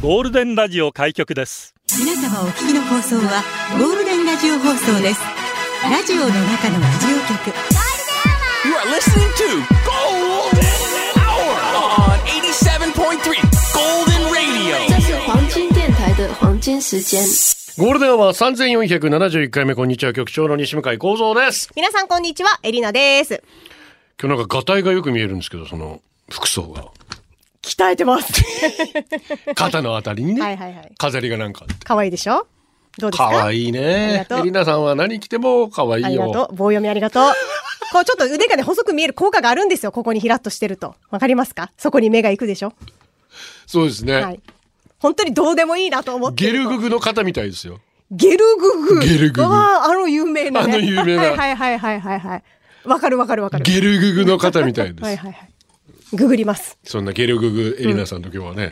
ゴールデンラジオ開局です皆様お聞きの放送はゴールデンラジオ放送ですラジオの中のラジオ局 You are listening to Golden Hour on 87.3 Golden Radio. 这是黄金电台的黄金时间。ゴールデンは三千四百七十一回目こんにちは局長の西向井光三です。皆さんこんにちは、エリナです。今日なんかガタイがよく見えるんですけどその服装 が鍛えてます。肩のあたりにね はいはいはい飾りがなんかあって可愛いでしょどうですか可愛いねありが。とエうリナさんは何着ても可愛あいりがよ。とう。棒読みありがとう。こうちょっと腕がね、細く見える効果があるんですよ。ここにひらっとしてると。わかりますかそこに目が行くでしょそうですね。はい。本当にどうでもいいなと思ってゲると。ルググの肩みたいですよ。ゲルググ。ゲルググああ、あの有名な、ね。あの有名なはい はいはいはいはいはい。わかるわかるわかる。ゲルググの肩みたいです。 はいはいはい。ググります。そんなゲルググエリナさんと今日はね、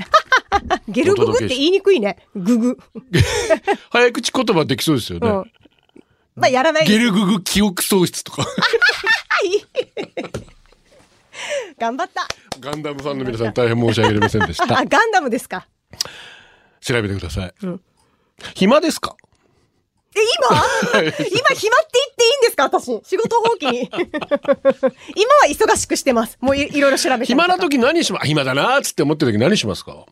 ゲルググって言いにくいね。ググ。早口言葉できそうですようね。ん。まあ、やらないゲルググ記憶喪失とか。 頑張った。ガンダムファンの皆さん大変申し訳ありませんでしあ、た。ガンダムですか。調べてください。暇ですかえ、今今暇って言っていいんですか私。仕事放棄に。今は忙しくしてます。もういいろいろ調べて。暇な時何しま、あ暇だなーっつって思ってる時何しますか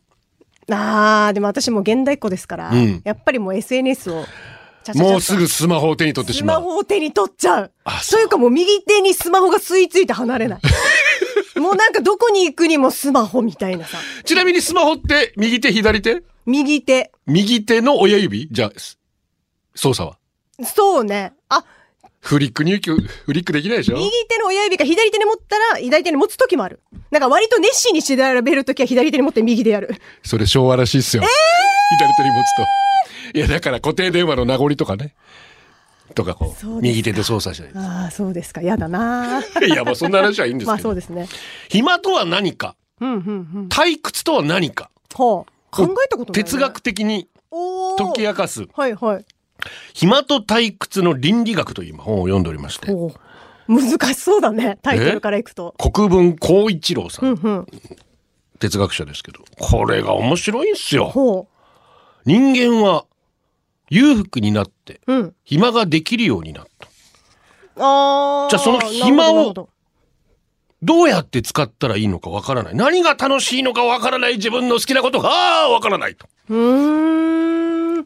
あー、でも私もう現代っ子ですから、んやっぱりもう SNS を、ちゃちゃちゃっともうすぐスマホを手に取ってしスまマう。ホを手に取っちゃう。あそうというかもう右手にスマホが吸い付いて離れない。 もうなんかどこに行くにもスマホみたいなさ。ちなみにスマホって右手左手右手。右手の親指じゃあ、す操作はそうね。あ、フリック入力、フリックできないでしょ右手の親指が左手に持ったら、左手に持つ時もある。なんか割と熱心に調べる時は左手に持って右でやる。それ昭和らしいっすよ。左手に持つと。いや、だから固定電話の名残とかね。とかこう、うですか右手で操作しないああ、そうですか。やだなー。いや、まあそんな話はいいんですまあけそうど。ですね。暇とは何かうんうんうん。退屈とは何かほう。考えたことない、ね。哲学。的にお解き明ー。かすはいはい。暇と退屈の倫理学という今本を読んでおりましておー難しそうだね。タイトルからいくと。国分光一郎さうんんうん。哲学者ですけどこれが面白いんすよほ人間は裕福になってう。うん。暇ができるようになったああ。じゃあその暇をなるほどどうやって使ったらいいのかわからない何が楽しいのかわからない自分の好きなことがわからないとなるほどうーん。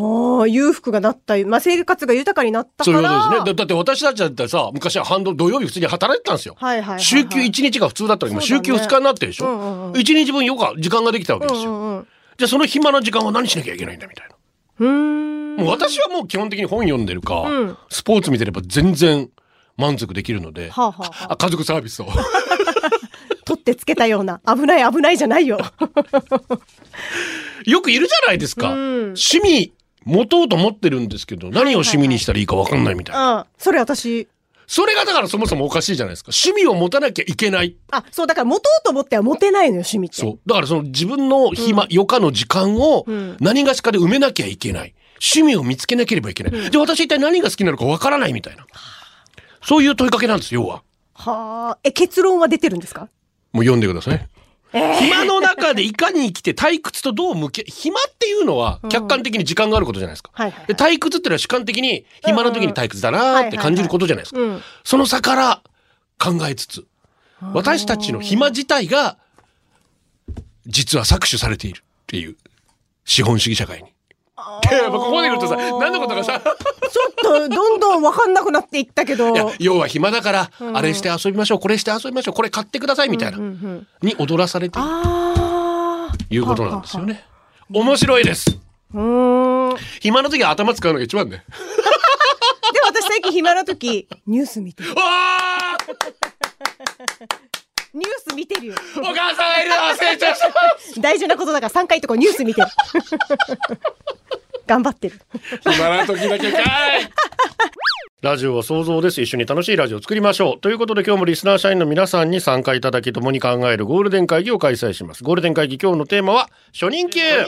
ああ、裕福がなった、まあ、生活が豊かになったそかういら。うことですねだだって私たちだってさ昔は反動土曜日普通に働いてたんですよはいはいはいはい週休1日が普通だったら今そうだ週ね休2日になってるでしょ、うんうんうん1日分よか時間ができたわけですうよ、んうんじゃあその暇な時間は何しなきゃいけないんだみたいな。うん。うーん。もう私はもう基本的に本読んでるか、うんスポーツ見てれば全然満足できるので、はあはあはああ家族サービスを。 取ってつけたような。危ない危ないじゃないよ。よくいるじゃないですか。うん趣味持とうと思ってるんですけど、何を趣味にしたらいいか分かんないみたいな。うん。それ私、それがだからそもそもおかしいじゃないですか。趣味を持たなきゃいけない。あ、そう、だから持とうと思っては持てないのよ、趣味って。そう。だからその自分の暇、余暇の時間をうん何がしかで埋めなきゃいけない。趣味を見つけなければいけない。じゃあ私一体何が好きなのか分からないみたいな。そういう問いかけなんです、要は。はあ。え、結論は出てるんですかもう読んでください。えー暇の中でいかに生きて退屈とどう向き合い暇っていうのは客観的に時間があることじゃないですか。はいはいはいで退屈っていうのは主観的に暇の時に退屈だなーって感じることじゃないですか。うん。その差から考えつつ、私たちの暇自体が実は搾取されているっていう資本主義社会に。 やっぱここまで来るとさ、何のことか さ、ちょっと、どんどんわかんなくなっていったけど。いや要は暇だから、あれして遊びましょう、これして遊びましょう、これ買ってくださいみたいな、に踊らされているああ。ということなんですよね。面白いです。うーん。で、暇な時は頭使うのが一番ね。私最近暇な時、ニュース見てる。ああニュース見てるよ。お母さんがいるの忘れちゃった 大事なことだから3回とかニュー ス見てる。頑張ってる。暇な時だけかいラジオは想像です。一緒に楽しいラジオを作りましょう。ということで今日もリスナー社員の皆さんに参加いただき共に考えるゴールデン会議を開催します。ゴールデン会議今日のテーマは初任給ファ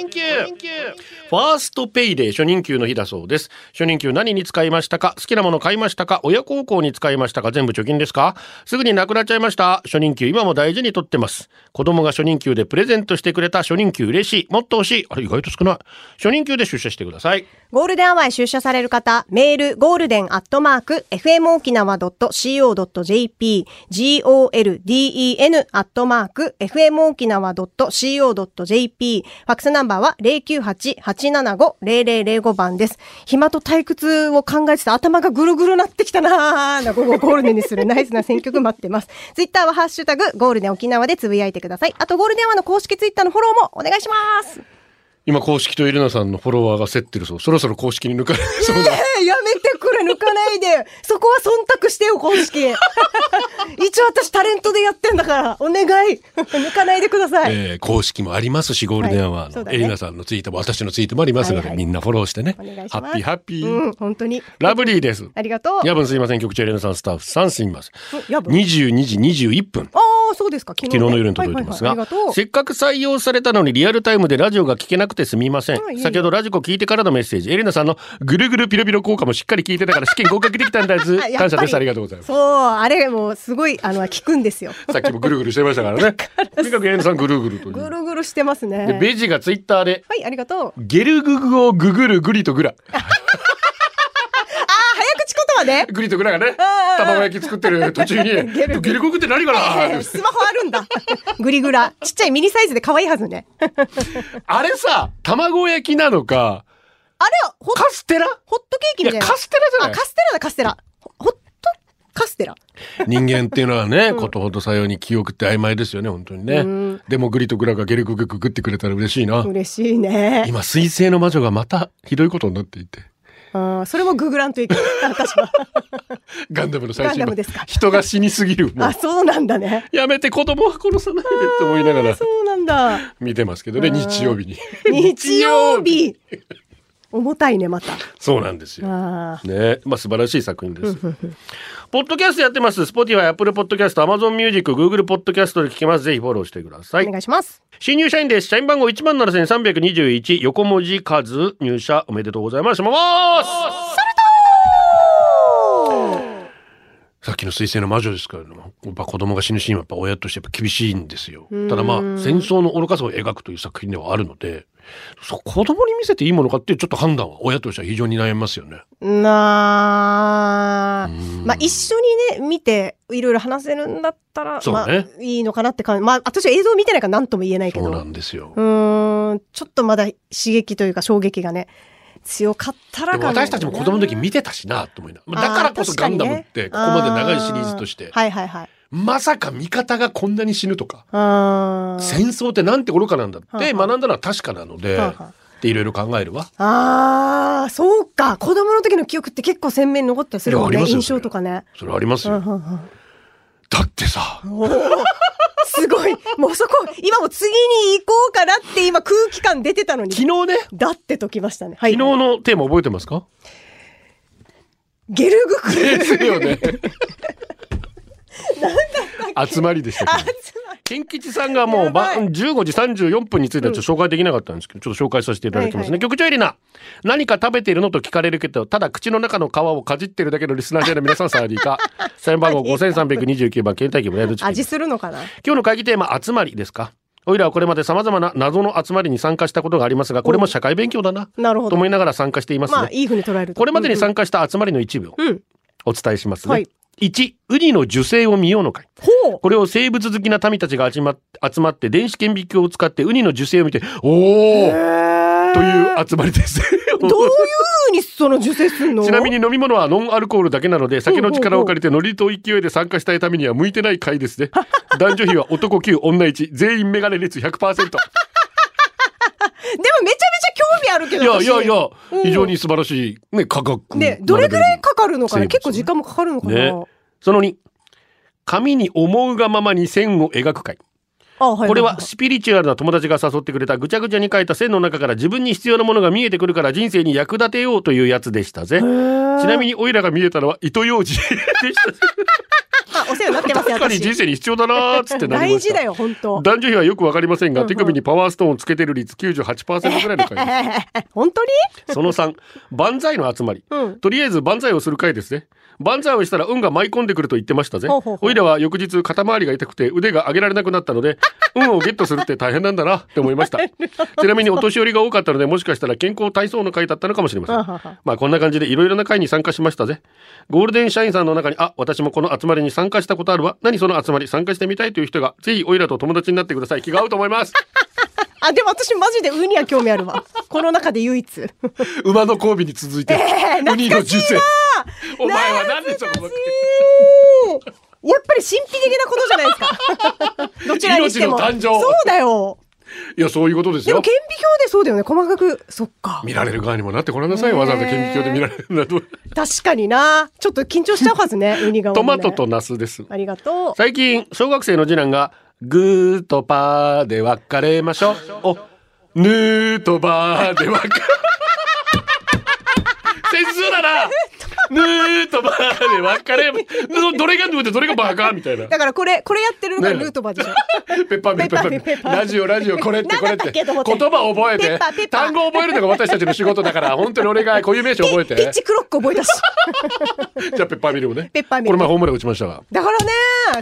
ーストペイデー初任給の日だそうです。初任給何に使いましたか好きなもの買いましたか親孝行に使いましたか全部貯金ですかすぐになくなっちゃいました。初任給今も大事にとってます。子供が初任給でプレゼントしてくれた初任給嬉しい。もっと欲しい。あれ意外と少ない。初任給で出社してください。ゴールデンアワーへ出社される方、メール、ゴールデンアットマーク、fmokinawa.co.jp、golden アットマーク、fmokinawa.co.jp、ファックスナンバーは098-875-0005番です。暇と退屈を考えてた頭がぐるぐるなってきたなーな午後ゴールデンにするナイスな選曲待ってます。ツイッターはハッシュタグ、ゴールデン沖縄でつぶやいてください。あとゴールデンアワーの公式ツイッターのフォローもお願いします。今公式とイレナさんのフォロワーが競ってるそうそろそろ公式に抜かれそうな えーやめてくれ、抜かな いで。そこは忖度してよ、公式。一応私タレントでやってんだから、お願い。 抜かないでください。えー公式もありますし、ゴールデンアワはいーそうの、だねエリナさんのツイートも私のツイートもありますので、はいはみいんなフォローしてねお願いしま。すハッピーハッピー。うん、本当に。ラブリーですありがとう。夜分すいません局長エレナさんスタッフさんすみませんおやぶ22時21分ああ、そうですか、昨日、昨日の夜に届いてますが、はいはいはいありがとせっかく採用されたのにリアルタイムでラジオが聞けなくてすみません、うんいいよ先ほどラジコ聞いてからのメッセージエレナさんのぐるぐるピロピロ効果もしっかり聞いてたから試験合格できたんだず あやっぱ感り。謝ですありがとうございうますそう、あれもうすごい、あの、聞くんですよ。さっきもぐるぐるしてましたからねとにかくエレナさんぐるぐるといぐうるぐるしてますでね。ベジがツイッターではい、ありがとう。ゲルググをググるグリとグ ラああ、早口言葉ね。グリとグラがねん卵焼き作ってる途中に ゲルグ「ゲルコグって何か えーな?」スマホあるんだ。グリグラ。ちっちゃいミニサイズで可愛いはずね。あれ、あれさ卵焼きなのかホッカステラホットケーキいみたやいな。カステラじゃあ、ないカステラだ、カステラ。ホホットカステラ。人間っていうのはね、ことほどさように記憶って曖昧ですよね、本当にね。でもグリとグラがゲルググググってくれたら嬉しいな。嬉しいね。今、水星の魔女がまたひどいことになっていて。うん、それもググランといけない。私は。ガンダムの最ガンダ新ム版ですか人が死にすぎる。もうあ、そうなんだね。やめて子供は殺さないでって思いながらそうな んだ。見てますけどね、日曜日に。 日曜日。重たいね、また。そうなんですよ。あーねまあ素晴らしい作品です。ポッドキャストやってます。Spotify、Apple Podcast、Amazon Music、Google Podcast で聞きます。ぜひフォローしてくださいお。願いします。新入社員です。社員番号17,321横文字数入社おめでとうございます。しますさっきの水星の魔女ですから、やっぱ子供が死ぬシーンはやっぱ親としてやっぱ厳しいんですよ。ただまあ、戦争の愚かさを描くという作品ではあるので、そう子供に見せていいものかっていうちょっと判断は親としては非常に悩みますよね。なあ、まあ一緒にね、見て、いろいろ話せるんだったら、そうまあね、いいのかなって感じ。まあ、私は映像見てないから何とも言えないけそど。うなんですよう。ーん、ちょっとまだ刺激というか衝撃がね、強かったらでもかな私たちも子供の時見てたしなと思いながら。だからこそガンダムってここまで長いシリーズとして、はいはいはい。まさか味方がこんなに死ぬとか、あー戦争ってなんて愚かなんだっはてあはあ学んだのは確かなので、はあはあでいろいろ考えるわ。あー、そうか。子供の時の記憶って結構鮮明に残ったりするもんいやあね。りますよ印象とかね。それはありますうんうよ。んうんだってさ、すごい。もうそこ、今もう次に行こうかなって今空気感出てたのに。昨日ね、だってときましたね。はい。昨日のテーマ覚えてますかゲルグクル。ですよ ね。集まりでしたけど。金吉さんがもうば15時34分についてはちょっと紹介できなかったんですけど、ちょっと紹介させていただきますね。はいはい局長エリナ、何か食べているのと聞かれるけど、ただ口の中の皮をかじってるだけのリスナー社の皆さん、サーディー か。社員番号5329番、検体機ブレードチキン味。するのかな今日の会議テーマ、集まりですか。おいらはこれまで様々な謎の集まりに参加したことがありますが、これも社会勉強だな、なるほとど。思いながら参加していますね。まあ、いい風に捉えると。これまでにうんうん参加した集まりの一部をうんお伝えしますね。はい1、ウニの受精を見ようの会。ほう。これを生物好きな民たちが集まって、集まって電子顕微鏡を使ってウニの受精を見て、おおという集まりです。どういう風にその受精するの ちなみに飲み物はノンアルコールだけなので、酒の力を借りてノリと勢いで参加したいためには向いてない会です ね。男女比は男9、女1、全員メガネ率100%。 でもめちゃめちゃ興味あるけいど。や私いやいやうん、非常に素晴らしい、ね、価格。ね、どれぐらいかかるのかな成分結構時間もかかるのかな、ねその2、紙に思うがままに線を描く会。あはいこれはスピリチュアルな友達が誘ってくれたぐちゃぐちゃに書いた線の中から自分に必要なものが見えてくるから人生に役立てようというやつでしたぜ。ちなみにオイラが見えたのは糸ようじでしたぜ。あお世話になってます よ確かに人私生に必要だ なーっつってなりま大した。事だよ本当男女比はよくわかりませんが、手首にパワーストーンをつけてる率98%ぐらいの回で本当にす。その3、万歳の集まり。うんとりあえず万歳をする回ですね。万歳をしたら運が舞い込んでくると言ってましたぜほうほう。ほうおいらは翌日肩周りが痛くて腕が上げられなくなったの で、運をゲットするって大変なんだなって思いました。ちなみにお年寄りが多かったので、もしかしたら健康体操の会だったのかもしれません。まあこんな感じでいろいろな会に参加しましたぜ。ゴールデン社員さんの中に、あ、私もこの集まりに参加したことあるわ。何その集まり参加してみたいという人が、ぜひおいらと友達になってください。気が合うと思い ます。あでも私マジでウニは興味あるわこの中で唯一馬の交尾に続いて、ウニの受精。お前はなんでそこばっかやっぱり神秘的なことじゃ ないですかどちらにしても命の誕生そうだよいや、そういうことですでもよ顕。微鏡でそうだよね細かくそっか見られる側にもなってごらんなさい。わざわざ顕微鏡で見られるんだ と。確かになちょっと緊張しちゃうは ずねウニが、ね、トマトとナスです。ありがとう最近小学生の次男が「グーとパーで別れましょう」お「ヌーとバーで 別れ」戦争だなヌーとバーで別れどどれがヌーでどれがバーかみたいなだからこれこれやってるのがヌートバー でしょ、ペッパーミルペペッパーミッパーミルペッパルーミルラジオラジオこれってこれっなんだってけ言と思葉っ覚てえペッパーペてッパー単語覚えるのが私たちの仕事だから本当に俺が固有名詞覚えて ピじゃッチクロック覚えたしあペッパーミルもねペッパーミルこれ前ホームラン打ちましたがだからね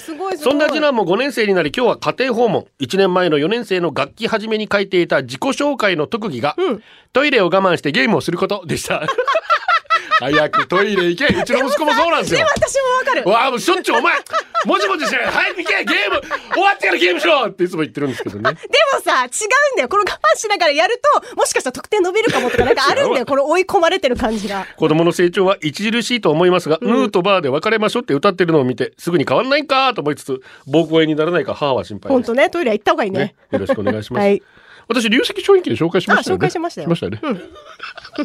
すごいすごそいんな次男も5年生になり今日は家庭訪問1年前の4年生の楽器始めに書いていた自己紹介の特技が、トイレを我慢してゲームをすること」でした 早くトイレ行けうちの息子もそうなんですよ でも私もわかるわあもうしょっちゅうお前もじもじしてない早く行けゲーム終わってからゲームしろっていつも言ってるんですけどねでもさ、違うんだよ。この我慢しながらやると、もしかしたら得点伸びるかもとか、なんかあるんだよ。この追い込まれてる感じが。子供の成長は著しいと思いますが、ヌーとバーで別れましょうって歌ってるのを見て、すぐに変わんないかと思いつつ、膀胱炎にならないか母は心配ほんです。とね、トイレは行った方がいいね。ね、よろしくお願いします。はい私、流石商品機で紹介しましたよね。あ紹介しましたよね。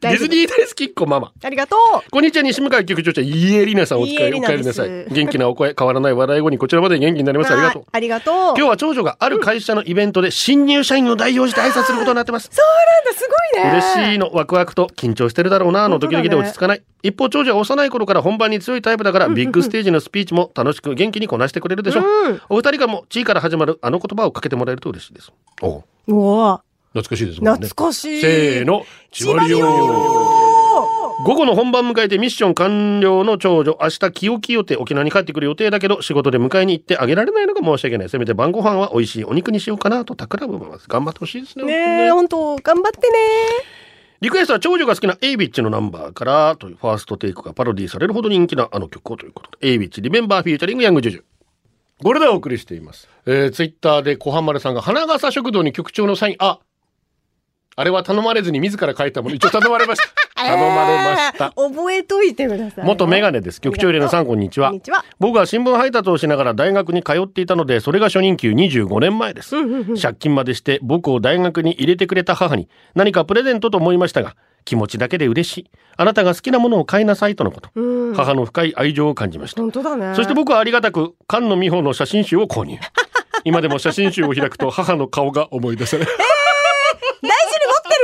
ディズニー大好きっ子ママ。ありがとう。こんにちは、西向井局長ちゃん、イエリナさんお使イエい、リおナ帰でりすなさい。元気なお声、変わらない笑い後にこちらまで元気になります。ありがとうは。いありがとう。そうなん今日は長女がある会社のイベントで新入社員を代表して挨拶することになってます。だ、すごいね。嬉しいのワクワクと緊張してるだろうなの本当時だね々で落ち着かない、一方長女は幼い頃から本番に強いタイプだからビッグステージのスピーチも楽しく元気にこなしてくれるでしょう、お二人からも地位から始まるあの言葉をかけてもらえると嬉しいですおうわ懐かしいですもんね懐かしい。せー。の千葉リよオ午後の本番迎えてミッション完了の長女明日清清って沖縄に帰ってくる予定だけど仕事で迎えに行ってあげられないのが申し訳ないせめて晩ご飯は美味しいお肉にしようかなと企むます頑張ってほしいですねねえ、本当にねほんと、頑張ってね。リクエストは長女が好きなエイビッチのナンバーからというファーストテイクがパロディされるほど人気なあの曲をということで、エイビッチリメンバーフィーチャリングヤングジュジュ。これでお送りしています。えー、ツイッターで小浜丸さんが花笠食堂に局長のサイン、あ、あれは頼まれずに自ら書いたもの、一応頼まれま した。頼まれましえた。ー覚えといてください。元メガネです。局長入れのさん、こんにちこはんに。ちは。僕は新聞配達をしながら大学に通っていたのでそれが初任給25年前です借金までして僕を大学に入れてくれた母に何かプレゼントと思いましたが気持ちだけで嬉しいあなたが好きなものを買いなさいとのこと母の深い愛情を感じましたほんとだね。そして僕はありがたく菅野美穂の写真集を購入今でも写真集を開くと母の顔が思い出され大事に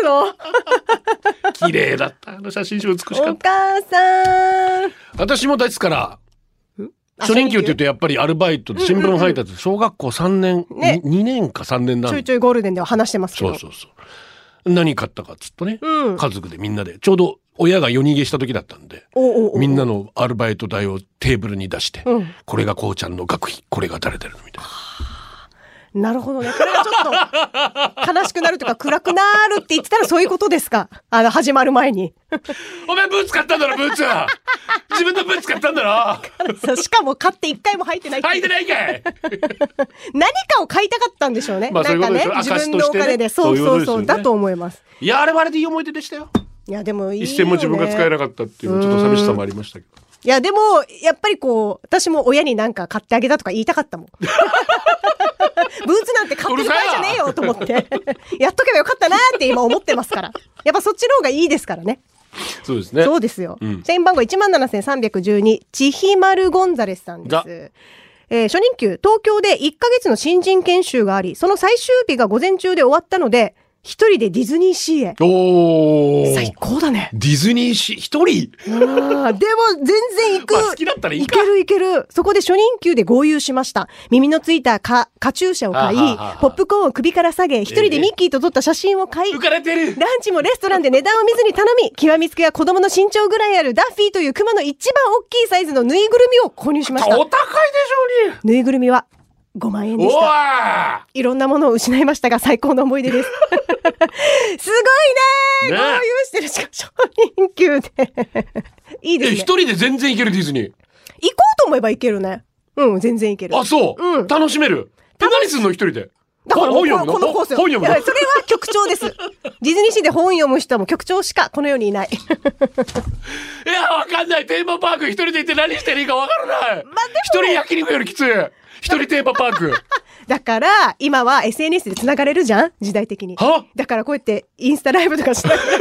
持って綺麗だったあの写真集美しかっるのたお母さん。私も大好きから初任給って言うとやっぱりアルバイトで新聞配達小学校3年ね2年か3年なちょんいちょいゴールデンでは話してますけそど。うそうそう何買ったかっつっとね、うん家族でみんなでちょうど親が夜逃げした時だったんでおうおうおうみんなのアルバイト代をテーブルに出して、うんこれがこうちゃんの学費これが誰々のみたいななるほどね。これがちょっと悲しくなるとか暗くなるって言ってたらそういうことですか。あの、始まる前に。 「 お前ブーツ買ったんだろブーツ 自分のブーツ買ったんだろ そうしかも買って一回も入ってないっていう履いてないかい!」何かを買いたかったんでしょうね。まあそういうこなとんでかしねょ、自証と分のおしてね金で。そうそうそいうことでうすよそう、ねだと思います。いやあれはあれでいい思い出でしたよいや、でもいいよ、ね。一銭も自分が使えなかったっていうちょっと寂しさもありましたけどいや、でも、やっぱりこう、私も親になんか買ってあげたとか言いたかっ たもん。ブーツなんて買ってる場合じゃねえよと思って。やっとけばよかったなって今思ってますから。やっぱそっちの方がいいですからね。そうですねそうですよ。うん社員番号一万七千三百十二、千ひまるゴンザレスさんでザす。えー初任給、東京で1ヶ月の新人研修があり、その最終日が午前中で終わったので、一人でディズニーシーへ。おー最高だね。ディズニーシー一人あーでも、全然行く。まあ好きだったらいいいかけるいける。そこで初任給で合流しました。耳のついたカカチューシャを買いあはあはあ、ポップコーンを首から下げ、一人でミッキーと撮った写真を買い、浮かれてるランチもレストランで値段を見ずに頼み、極みつけは子供の身長ぐらいあるダッフィーというクマの一番大きいサイズのぬいぐるみを購入しおまし。高いでしたょうにぬいぐるみは5万円でおした。ーいろんなものを失いましたが、最高の思い出 です。すごいねねー合流してるしか、初任給で。いいで えす一ね。行こ人で全然行けるディズニうと思えば行けるね。うん、全然行けるー。あそう、うん楽しめるえ何すんの一人でだからもう本読むこののこのコースよ。本読むいのやそれは局長 です。ディズニーシーで本読む人はもう局長しかこの世にいない。いや、わかんない。テーマパーク一人で行って何してるいいかわからない。一人焼肉よりきつい。一人テーマパー ク。だから、今は SNS で繋がれるじゃん時代的に。はだからこうやってインスタライブとかしな がら、イエーイ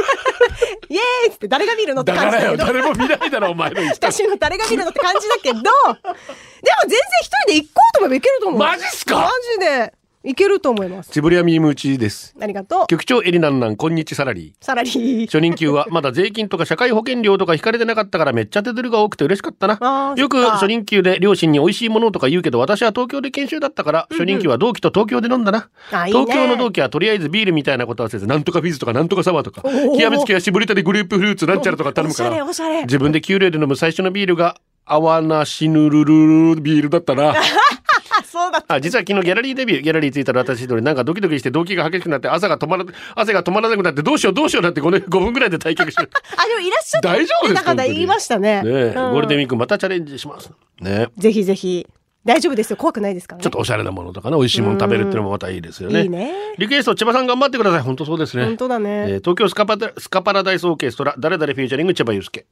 っつって誰が見るのってだか感じらだよ、けど、誰も見ないだろ、お前の人。私の誰が見るのって感じだけど、でも全然一人で行こうと思えば行けると思う。マジっすかマジで行けると思います。チブリアミームうちです。ありがとう。局長エリナンナン、こんにちサラリー。サラ リー。初任給はまだ税金とか社会保険料とか引かれてなかったからめっちゃ手取りが多くて嬉しかったあなー。よくそっか初任給で両親に美味しいものとか言うけど私は東京で研修だったから初任給は同期と東京で飲んだな。あいいね東京の同期はとりあえずビールみたいなことはせずなんとかフィズとかなんとかサワーとかおー極めつけは絞りたてグレープフルーツなんちゃらとか頼むかおしゃれらおしゃれ。自分で給料で飲む最初のビールが泡なしぬるるるビールだった な。あ、そうだった。あ実は昨日ギャラリーデビューギャラリー着いたら私一人なんかドキドキして動悸が激しくなって朝が止まら汗が止まらなくなってどうしようどうしようなって 5, 分ぐらいで退却してねあ、でもいらっしゃった。大丈夫ですか方言いましたね。えうんゴールデンウィークまたチャレンジしますねぜひぜひ。大丈夫ですよ。怖くないですからね。ちょっとおしゃれなものとかね美味しいもの食べるっていうのもまたいいですよねいいねリクエスト千葉さん頑張ってください本当そうですね本当だねえー東京スカパダスカパラダイスオーケストラ誰々フューチャリング千葉祐介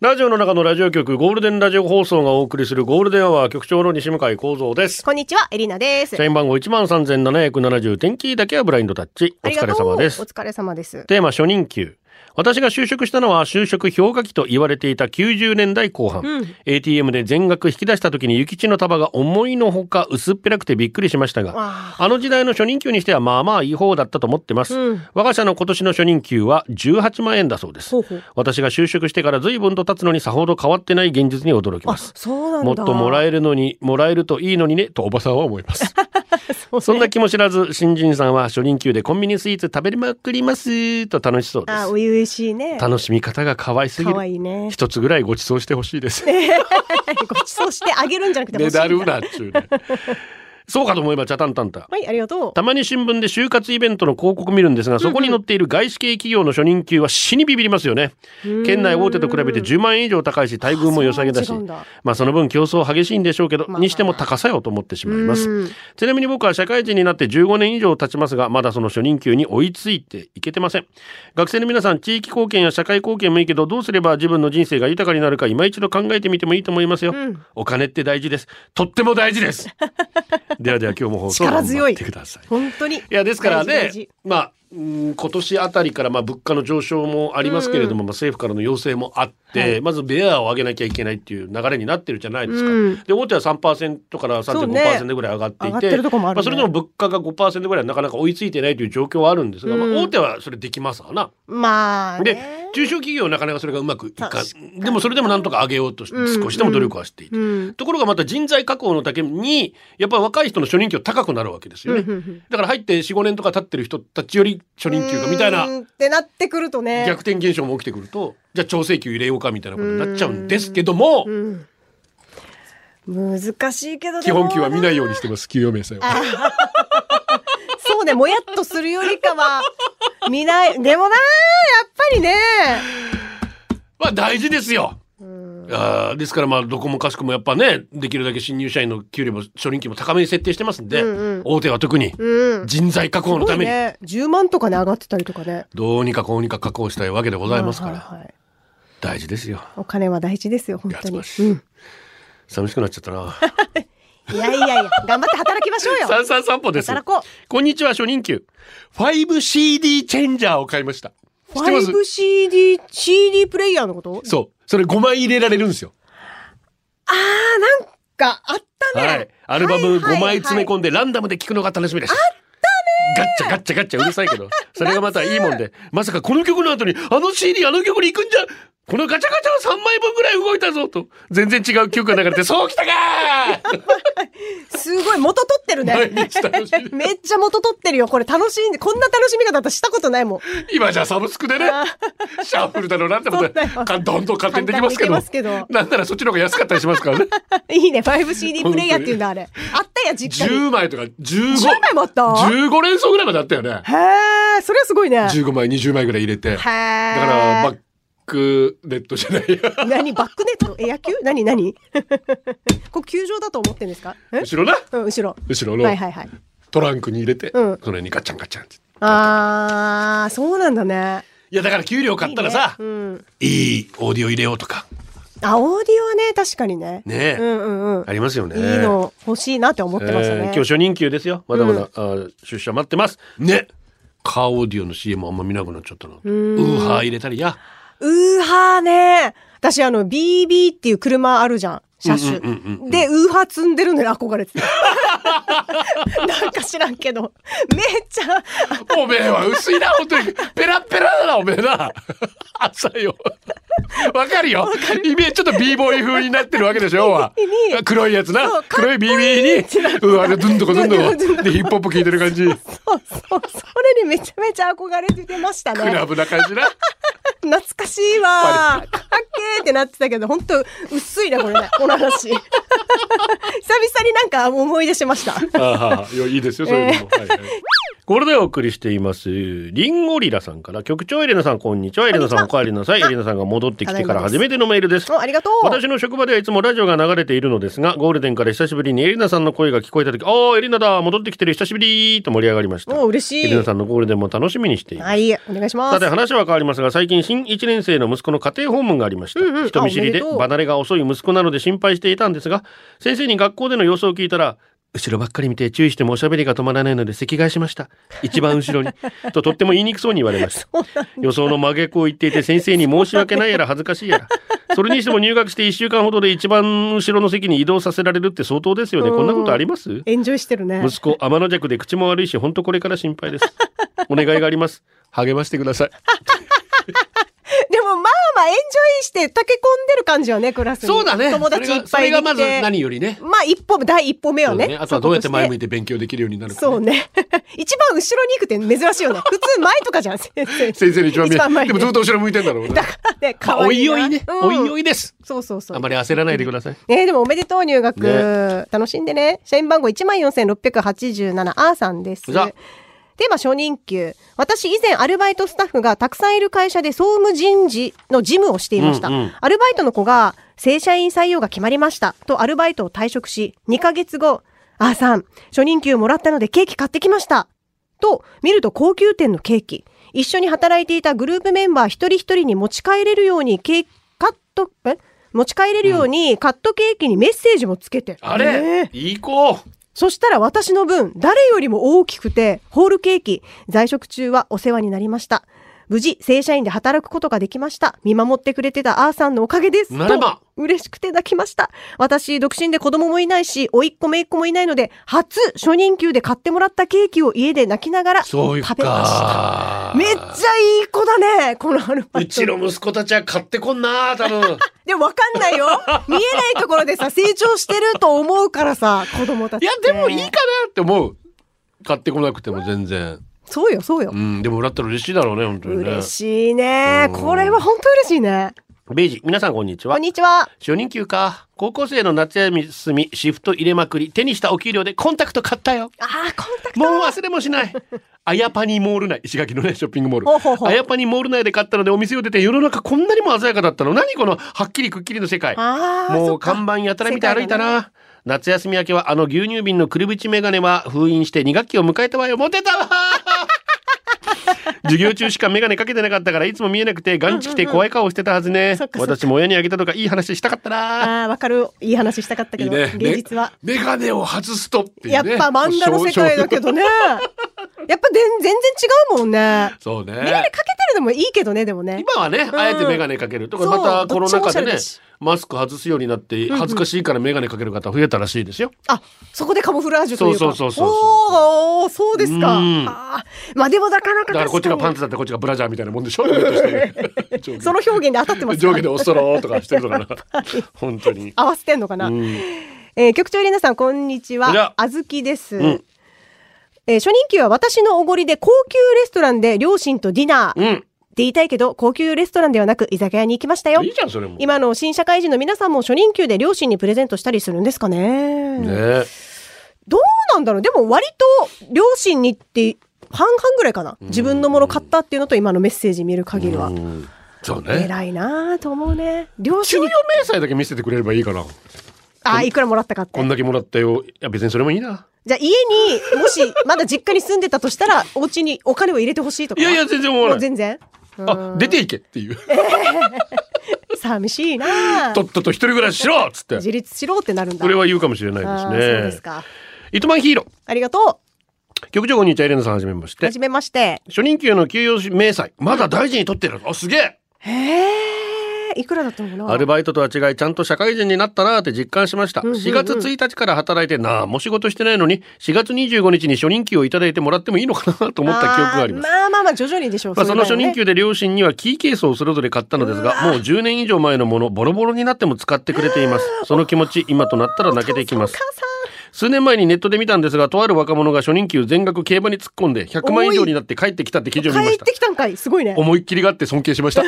ラジオの中のラジオ局ゴールデンラジオ放送がお送りするゴールデンアワー局長の西向井幸三ですこんにちは、エリナです。社員番号13,770天気だけはブラインドタッチおありが疲れとう様ですお疲れ様です。テーマ初任給私が就職したのは就職氷河期と言われていた90年代後半、ATM で全額引き出した時に諭吉の束が思いのほか薄っぺらくてびっくりしましたがああの時代の初任給にしてはまあまあいい方だったと思ってます、我が社の今年の初任給は18万円だそうですほうほう私が就職してから随分と経つのにさほど変わってない現実に驚きあ、まあすそうなんだ。もっともらええるのにもらえるといいのにねとおばさんは思います そんな気も知らず新人さんは初任給でコンビニスイーツ食べまくりますと楽しそうであ、す初々しいね。楽しみ方が可愛すぎかるわいいね。 一つぐらいご馳走してほしいです、ごちそうしてあげるんじゃなくてね欲しいんだだるなっちゅ うねそうかと思えばチャタンタンタはい、ありがとたまに新聞で就活イベントの広告見るんですがそこに載っている外資系企業の初任給は死にビビりますよね県内大手と比べて10万円以上高いし待遇も良さげだあしそうなんだまあその分競争激しいんでしょうけど、にしても高さよと思ってしまいますちなみに僕は社会人になって15年以上経ちますがまだその初任給に追いついていけてません学生の皆さん地域貢献や社会貢献もいいけどどうすれば自分の人生が豊かになるか今一度考えてみてもいいと思いますよ、お金って大事ですとっても大事 ですではでは今日も放う。送を力頑強張っいてください。本当に。いいやですからね大事まあうん今年あたりからまあ物価の上昇もありますけれども、まあ、政府からの要請もあって、まずベアを上げなきゃいけないっていう流れになってるじゃないですか、で大手は3%からそうね3.5%ぐらい上がっていて上がってるとこもあるねまあ、それでも物価が5%ぐらいなかなか追いついてないという状況はあるんですが、まあ、大手はそれできますわな。まあ、でね。中小企業はなかなかそれがうまくいかん確かでもそれでもなんとか上げようとしうん少しでも努力はしていて、うん。ところがまた人材確保のだけにやっぱり若い人の初任給高くなるわけですよね、うんうんうんだから入って45年とか経ってる人たちより初任給がみたいうなーんってなってくるとね。逆転現象も起きてくるとじゃあ調整給入れようかみたいなことになっちゃうんですけどもうん。難しいけど基でも本給は見ないようにしてます給与明細は。そうね、もやっとするよりかは、 見ない。でもなーやっぱりね。まあ大事ですよあーですからまあどこもかしこもやっぱねできるだけ新入社員の給料も初任給も高めに設定してますんで、大手は特にうん。人材確保のためにね、10万とかね、上がってたりとかね。どうにかこうにか確保したいわけでございますから、はいはいはい大事ですよ。お金は大事ですよ、本当いにや。素晴らしい寂しくなっちゃったな。いやいやいや、頑張って働きましょうよ。三三散歩です。働ここんにちは初任給。5CD チェンジャーを買いました。う。知ってます 5CD、CD プレイヤーのことそう。それ5枚入れられるんですよ。あー、なんかあったね、はい。アルバム5枚詰めん込んでランダムで聴くのが楽しみです。あったねガッチャガッチャガッチャうるさいけど、それがまたいいもんで、まさかこの曲の後に、あの CD あの曲に行くんじゃ、このガチャガチャは3枚分ぐらい動いたぞと、全然違う曲が 流れて、そうきたかーすごい元取ってるね毎日楽しみ めっちゃ元取ってるよこれ楽しいんでこんな楽しみ方私したことないもん 今じゃサブスクでね、シャッフルだろうなんてことで、そうだかよどんどん勝手にできますけど、簡単にできますけどなんならそっちの方が安かったりしますからね。いいね 5CD プレイヤーっていうんだあれあったや実家に10枚とか15、 10枚もあった15連奏ぐらいまであったよね。へえそれはすごいねへえ15枚、20枚ぐらい入れて。だだからバックネットじゃない や何バックネットえ野球何何 ここ球場だと思ってんですかえ後ろなうん後ろ後ろはいのはいはいトランクに入れて、うんそれにガッチャンガッチャンってあーそうなんだねいやだから給料買ったらさいい,、うんオーディオ入れようとかあオーディオはね確かにねねえうんうんうんありますよねいいの欲しいなって思ってましたえーね今日初任給ですよまだまだ、あー出社待ってますねカーオーディオの CM あんま見なくなっちゃったなウーハー入れたりやウーハーね。私、あの、BB っていう車あるじゃん。車種。うんうんうんうんで、ウーハー積んでるのに憧れてた。 なんか知らんけど。めっちゃ、おめえは薄いな本当にペラッペラだなおめえな 浅いよわかるよイメージちょっと B ボーイ風になってるわけでし ょ要はに黒いやつそなうかっこい黒いい BB にうんあれドゥンとこドゥドゥンドンゥンドゥとンこでヒップホップ聴いてる感じそうそう、それにめちゃめちゃ憧れててましたクねラ。ブな感 じな懐かしいわー。かっけーってなってたけど、ほんと、薄いね、これね。 この話。久々になんか思い出し ました。あははいいいですよそういうのも、はいはいこれでお送りしています。リンゴリラさんから、局長エレナさん、こんにちは。エレナさん、お帰りなさい。エレナさんが戻ってきてから初めてのメールです。おありがとう。私の職場ではいつもラジオが流れているのですが、ゴールデンから久しぶりにエリナさんの声が聞こえた時、ああ、エリナだ、戻ってきてる、久しぶりと盛り上がりました。お嬉しいエリナさんのゴールデンも楽しみにしています。はい、お願いしまさすて。話は変わりますが最近新1年生の息子の家庭訪問がありました、うんうん人見知りであおめでとう離れが遅い息子なので心配していたんですが先生に学校での様子を聞いたら後ろばっかり見て注意してもおしゃべりが止まらないので席替えしました一番後ろ にととっても言いにくそうに言われました予想の真逆を言っていて先生に申し訳ないやら恥ずかしいやらそれにしても入学して1週間ほどで一番後ろの席に移動させられるって相当ですよねこんなことありますエンジョイしてるね。息子天の弱で口も悪いし本当これから心配ですお願いがあります励ましてくださいでもまあまあエンジョイして溶け込んでる感じよね、クラスに。そうだね。友達いっそぱいれでがきまずて。何よりね。まあ一歩、第一歩目そようだね。ねあとはどうやって前向いてて。勉強できるようになるかね。そうね。 一番後ろに行くって珍しいよ ね。普通前とかじゃん、先生。先生に一番一番前目。にでもずっと後ろ向いてんだ ろうね。ね、まかあわおいいいな。おいね。うんおいおいです。そうそうそう。あまり焦らないでください。ねえでもおめでとう入学、ね楽しんでね社員番号14,687あーさんですうざテーマ初任給私以前アルバイトスタッフがたくさんいる会社で総務人事の事務をしていました、うんうんアルバイトの子が正社員採用が決まりましたとアルバイトを退職し2ヶ月後あーさん初任給もらったのでケーキ買ってきましたと見ると高級店のケーキ一緒に働いていたグループメンバー一人一人に持ち帰れるようにケーキカットえ持ち帰れるようにカットケーキにメッセージもつけて、あえれえいい子そしたら私の分誰よりも大きくてホールケーキ在職中はお世話になりました無事正社員で働くことができました見守ってくれてたあーさんのおかげですならばと嬉しくて抱きました私独身で子供もいないし甥っ子姪っ子もいないので初初任給で買ってもらったケーキを家で泣きながらそ食ういべうましたか。めっちゃいい子だね、このアルバイト。うちの息子たちは買ってこんな多 分でもわかんないよ。見えないところでさ、成長してると思うからさ、子供たちっいて。やでもいいかなって思う。買ってこなくても全然。そうよ、そうよう。ん。でももらったら嬉しいだろうね本当にね嬉。しいね。これは本当嬉しいね。ベイジ皆さんこんにちこはんにちは。初任給か高校生の夏休みシフト入れまくり手にしたお給料でコンタクト買ったよああ、コンタクもう忘れもし ないあやぱにモール内石垣のねショッピングモほうほうーほうルあやぱにモール内で買ったのでお店を出て世の中こんなにも鮮やかだったの何このはっきりくっきりの世界ト。ああ、もそうっか看板やたら見て歩いた世界な、夏休み明けはあの牛乳瓶のくるぶちメガネは封印して2学期を迎えたわよモテたわ授業中しか眼鏡かけてなかったからいつも見えなくてガンチきて怖い顔してたはずねそっかそっか私も親にあげたとかいい話したかったなああ、わかる。いい話したかったけいいど、ね。現実は。メガネを外すとっていやうっね。ぱ漫画の世界だけどね。やっぱで全然違うもんね。そうね。メガネかけてるのもいいけどね、でもね。今はね、あえて眼鏡かけるとか、そうまたコロナ禍でどっちもおしゃれねだし、マスク外すようになって、恥ずかしいから眼鏡かける方増えたらしいですよ。あ、そこでカモフラージュというか。そうそうそうそうおーおーそうですか。うんあーまあでもなかなかだからこっ確ちかがパンに。ツだってこっちがブラジャーみたいなもんでしょひょっとして その表現で当たってますか上下でおそろーとかしてるのかな。本当に。合わせてんのかな。えー局長エレナさん、こんにちこんにちはは。あずきです。んえー初任給は私のおごりで高級レストランで両親とディナーってうん。言いたいけど、高級レストランではなく居酒屋に行きましたよいい。じゃん、それも。今の新社会人の皆さんも初任給で両親にプレゼントしたりするんですかね。ねどうなんだろうでも割と両親にって半々ぐらいかな。自分のもの買ったっていうのと今のメッセージ見る限りは。そうね。偉いなぁと思うね。両給親与に明、細だけ見せてくれればいいかな。あ、いくらもらったかっこんて。だけもらったよ。いや、別にそれもいいな。じゃあ家に、もしまだ実家に住んでたとしたら、お家にお金を入れてほしいとか。いやいや、全然思もわなうい。全然。あ、出ていけっていう。寂し いなぁとっとと一人暮らししろっつって 自。立しろってなるんだ。これは言うかもしれなあーいそうでですすね。か。糸満ヒーロありがとー。局長こんにちは、エレナさんはじめましう。ては。じめまして。初任給の給与明細まだ大事に取ってるあすげえへえ、いくらだったのかなアルバイトとは違いちゃんと社会人になったなーって実感しましたんうんうん4月1日から働いてなあもう仕事してないのに4月25日に初任給をいただいてもらってもいいのかなと思った記憶がありますーまあまあまあ徐々にでしょう。まあ、その初任給給で両親にはキーケースをそれぞれ買ったのですがもう10年以上前のものボロボロになっても使ってくれていますその気持ち今となったら泣けてきます数年前にネットで見たんですがとある若者が初任給全額競馬に突っ込んで100万以上になって帰ってきたって記事を見ま帰っしたてきたんかいすごいね。 思いっきりがあって尊敬しました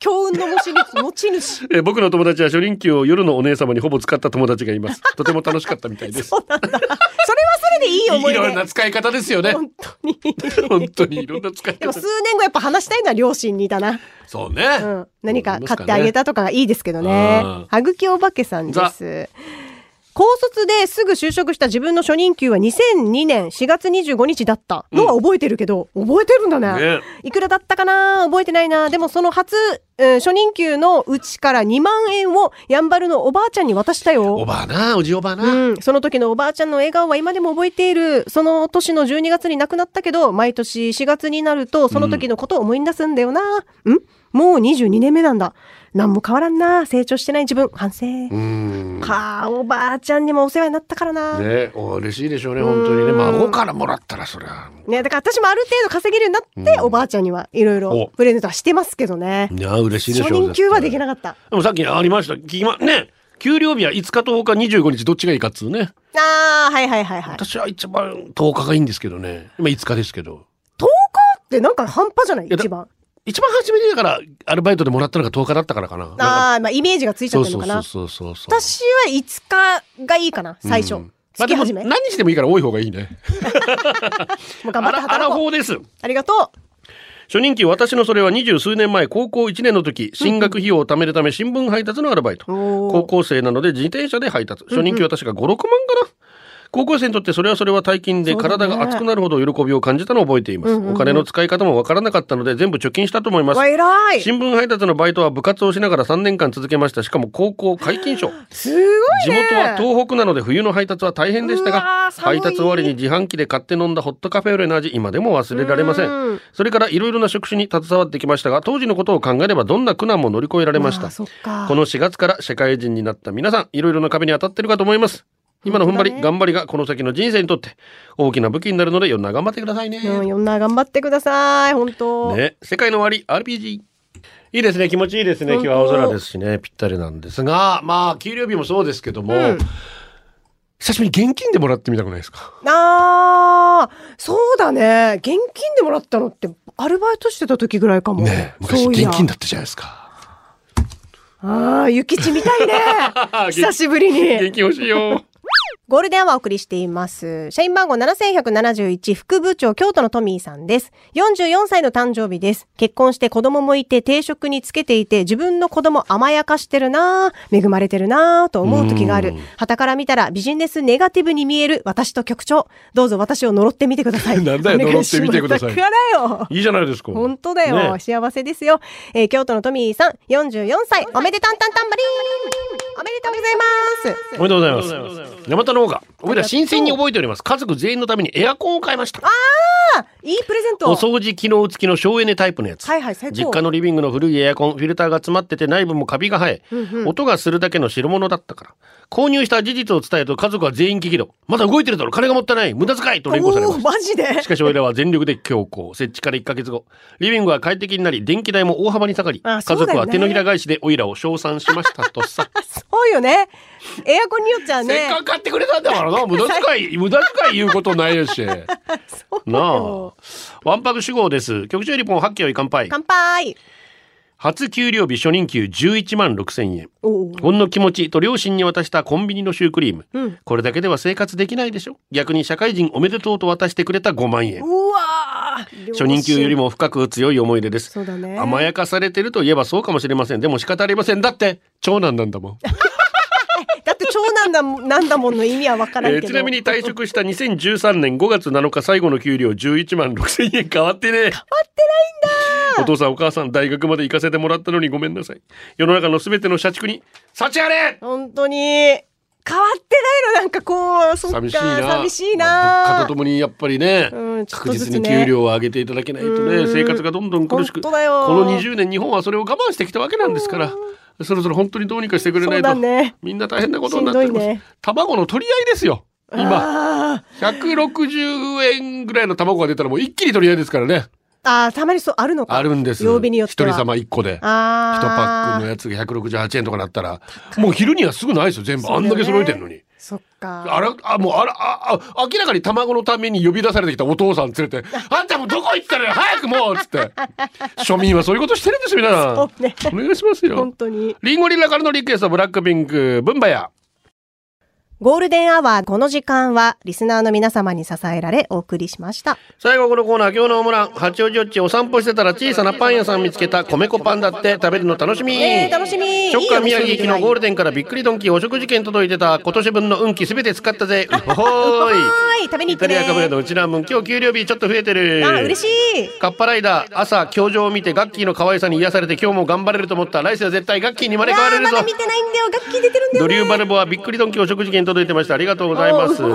強運の持ち主持ち主。えー僕の友達は初任給を夜のお姉様にほぼ使った友達がい ます。とても楽しかったみたいです。そうなんだ。それはそれでいいい思い出。 ろんな使い方ですよ ね。本当に。本当にいろんな使いでも方数。年後やっぱ話したいのは両親にだな。そうね。うん。何か買ってあげたとかがいいですけどねうん。はぐきおばけさんです。高卒ですぐ就職した自分の初任給は2002年4月25日だったのは覚えてるけど、覚えてるんだねねいくらだったかな覚えてないな。でもその初、うん初任給のうちから2万円をやんばるのおばあちゃんに渡したよ。おばあな、おじおばあな。うん、その時のおばあちゃんの笑顔は今でも覚えている。その年の12月に亡くなったけど、毎年4月になると、その時のことを思い出すんだよな。うん、もう22年目なんだ。何も変わらんな。成長してない自分、反省。うん。ねかあ、おばあちゃんにもお世話になったからな。ねえ、お嬉しいでしょうね、本当にね。孫からもらったら、そりゃ。だから私もある程度稼げるようになって、おばあちゃんにはいろいおろプレゼントはしてますけどね。いや、嬉しいでしょ初う。任給はできい。なかった。でもさっきありました。聞きま、ね。給料日は5日と10日25日どっちがいいかっつうね。ああ、はいはいはいはい。10私は一番10日がいいんですけどね。今5日ですけど。日ってなんか半端じゃないやだ一番。一番初めにだからアルバイトでもらったのが10日だったからかな。ああ、まあイメージがついちゃそっうてるそうのかそなう。そうそうそう。私は5日がいいかな、最初。まあ月でも始め。も何してもいいから多い方がいいね。う頑張ってあらあら働こう。方です。ありがとう。初任給私のそれは二十数年前高校1年の時進学費用を貯めるため新聞配達のアルバイトおー高校生なので自転車で配達初任給は確か56万かな高校生にとってそれはそれは大金でそうだね体が熱くなるほど喜びを感じたのを覚えていますお金の使い方もわからなかったので全部貯金したと思いますわ、偉い。新聞配達のバイトは部活をしながら3年間続けましたしかも高校解禁賞すごいね。地元は東北なので冬の配達は大変でしたうわがー寒配い達終わりに自販機で買って飲んだホットカフェオレの味今でも忘れられませうんんそれからいろいろな職種に携わってきましたが当時のことを考えればどんな苦難も乗り越えられましあたーそっか。この4月から社会人になった皆さんいろいろな壁に当たってるかと思います今の踏ん張り、本当だね頑張りがこの先の人生にとって大きな武器になるので夜な頑張ってくださいね、うん、いろんな頑張ってください。本当。ね世界の終わり RPG いいですね気持ちいいですね今本日当は青空ですしねぴったりなんですがまあ給料日もそうですけども、うん久しぶりに現金でもらってみたくないですか。ああ、そうだね。現金でもらったのって、アルバイトしてた時ぐらいかも。ねえ昔そういや現金だったじゃないですか。ああ、諭吉みたいね 久しぶりに。現金欲しいよゴールデンアワーをお送りしています。社員番号7171副部長京都のトミーさんです。44歳の誕生日です。結婚して子供もいて定職につけていて自分の子供甘やかしてるなぁ、恵まれてるなぁと思う時がある。旗から見たらビジネスネガティブに見える私と局長。どうぞ私を呪ってみてください。 なんだよお願します呪ってみてくださいだからよ。いいじゃないですか。本当だよ、ね幸せですよ、えー京都のトミーさん44歳おめでたんたんたんばりーんおめでとうございまおすめでとうございます。山田の方が、おめで新鮮に覚えております。家族全員のためにエアコンを買いました。いいプレゼントお掃除機能付きの省エネタイプのやつ。はいはい最高実家のリビングの古いエアコン、フィルターが詰まってて内部もカビが生え、音がするだけの代物だったから。購入した事実を伝えると家族は全員激怒。まだ動いてるだろ金がもったいない無駄遣いと連行されまおーす。マジでしかし俺らは全力で強行。設置から1ヶ月後。リビングは快適になり、電気代も大幅に下がり、あ家そうだよね族は手のひら返しでオイラを称賛しましたと さ。そうよねエアコンによっちゃせねっかく買ってくれたんだから な無駄遣い無駄遣い言うことないやしそうなあよ。ワンパク主語です。局長リポン発揮乾杯。乾杯初給料日初任給11万6千円。おーほんの気持ちと両親に渡したコンビニのシュークリーム。うんこれだけでは生活できないでしょ。逆に社会人おめでとうと渡してくれた5万円。うわー 初任給よりも深く強い思い出です。そうだね甘やかされてるといえばそうかもしれません。でも仕方ありません。だって、長男なんだ もん。だって長男だもんなんだもんの意味はわからんえけーど、ちなみに退職した2013年5月7日最後の給料11万6千円変わってね変わってないんだお父さんお母さん大学まで行かせてもらったのにごめんなさい世の中のすべての社畜に幸あれ本当に変わってないのなんかこうそっか寂しいな寂しいまあ物な価とともにやっぱりね、うんちょっと確ずつ実ねに給料を上げていただけないとうねん生活がどんどん苦しく本当だよこの20年日本はそれを我慢してきたわけなんですからそろそろ本当にどうにかしてくれないそと、うだねみんな大変なことになっております、しんどいね卵の取り合いですよ今あー160円ぐらいの卵が出たらもう一気に取り合いですからねあーたまにそうあるのかあるんです曜日によっては一人様一個であ一ーパックのやつが168円とかなったらもう昼にはすぐないですよ全部そうだあよねんだけ揃えてんのにそっかあらあもうあらああ明らかに卵のために呼び出されてきたお父さん連れて「あんたもうどこ行ったのよ早くもう」っつって庶民はそういうことしてるんですよ皆さんそうねお願いします本よ当にリンゴリラからのリクエストブラックピンクブンバヤゴールデンアワーこの時間はリスナーの皆様に支えられお送りしました最後このコーナー今日のオムラン八王子よっちお散歩してたら小さなパン屋さん見つけた米粉パンだって食べるの楽しみ、えー、楽しみショッカー宮城行きのゴールデンデンからびっくりドンキーお食事券届いてた今年分の運気すべて使ったぜうほーいはい食べにイ行ってタねリアかぶれのうちなむん今日給料日ちょっと増えてるあ嬉しいカッパライダー朝教場を見てガッキーの可愛さに癒されて今日も頑張れると思った来世は絶対ガッキーに生まあれ変われーるまぞだ見てないんだよ楽器出てるんだよドねリューバルボはびっくりドンキーお食事券届いてましたありがとうございますおーい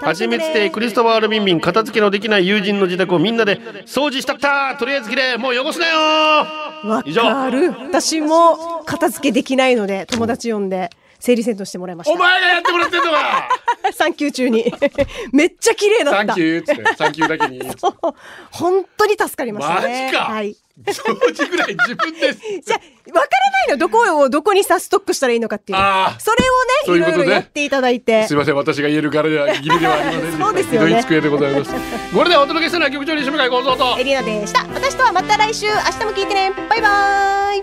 楽し蜂みね蜜亭クリストファー・ルビンビン片付けのできない友人の自宅をみんなで掃除したったとりあえずきれいもう汚すなよわ以上かる私も片付けできないので友達呼んで整理整頓してもらいましおた前がやってもらってんのか産休中に めっちゃ綺麗 だサっンたキューっつってサンキューだけにそう 本当に助かりましたねマジかはい掃除ぐらい自分ですじゃあ、わからないのよどこを、どこにさ、ストックしたらいいのかっていう。あーそれそうをね、いいうことろねいろやっていただいて すい。ません私が言える柄では義理ではありませんでしたそうですよねひどい机でございますゴールデンお届けしたのは局長に西向井幸三とエリナでした。私とはまた来週、明日も聞いてね。バイバイ。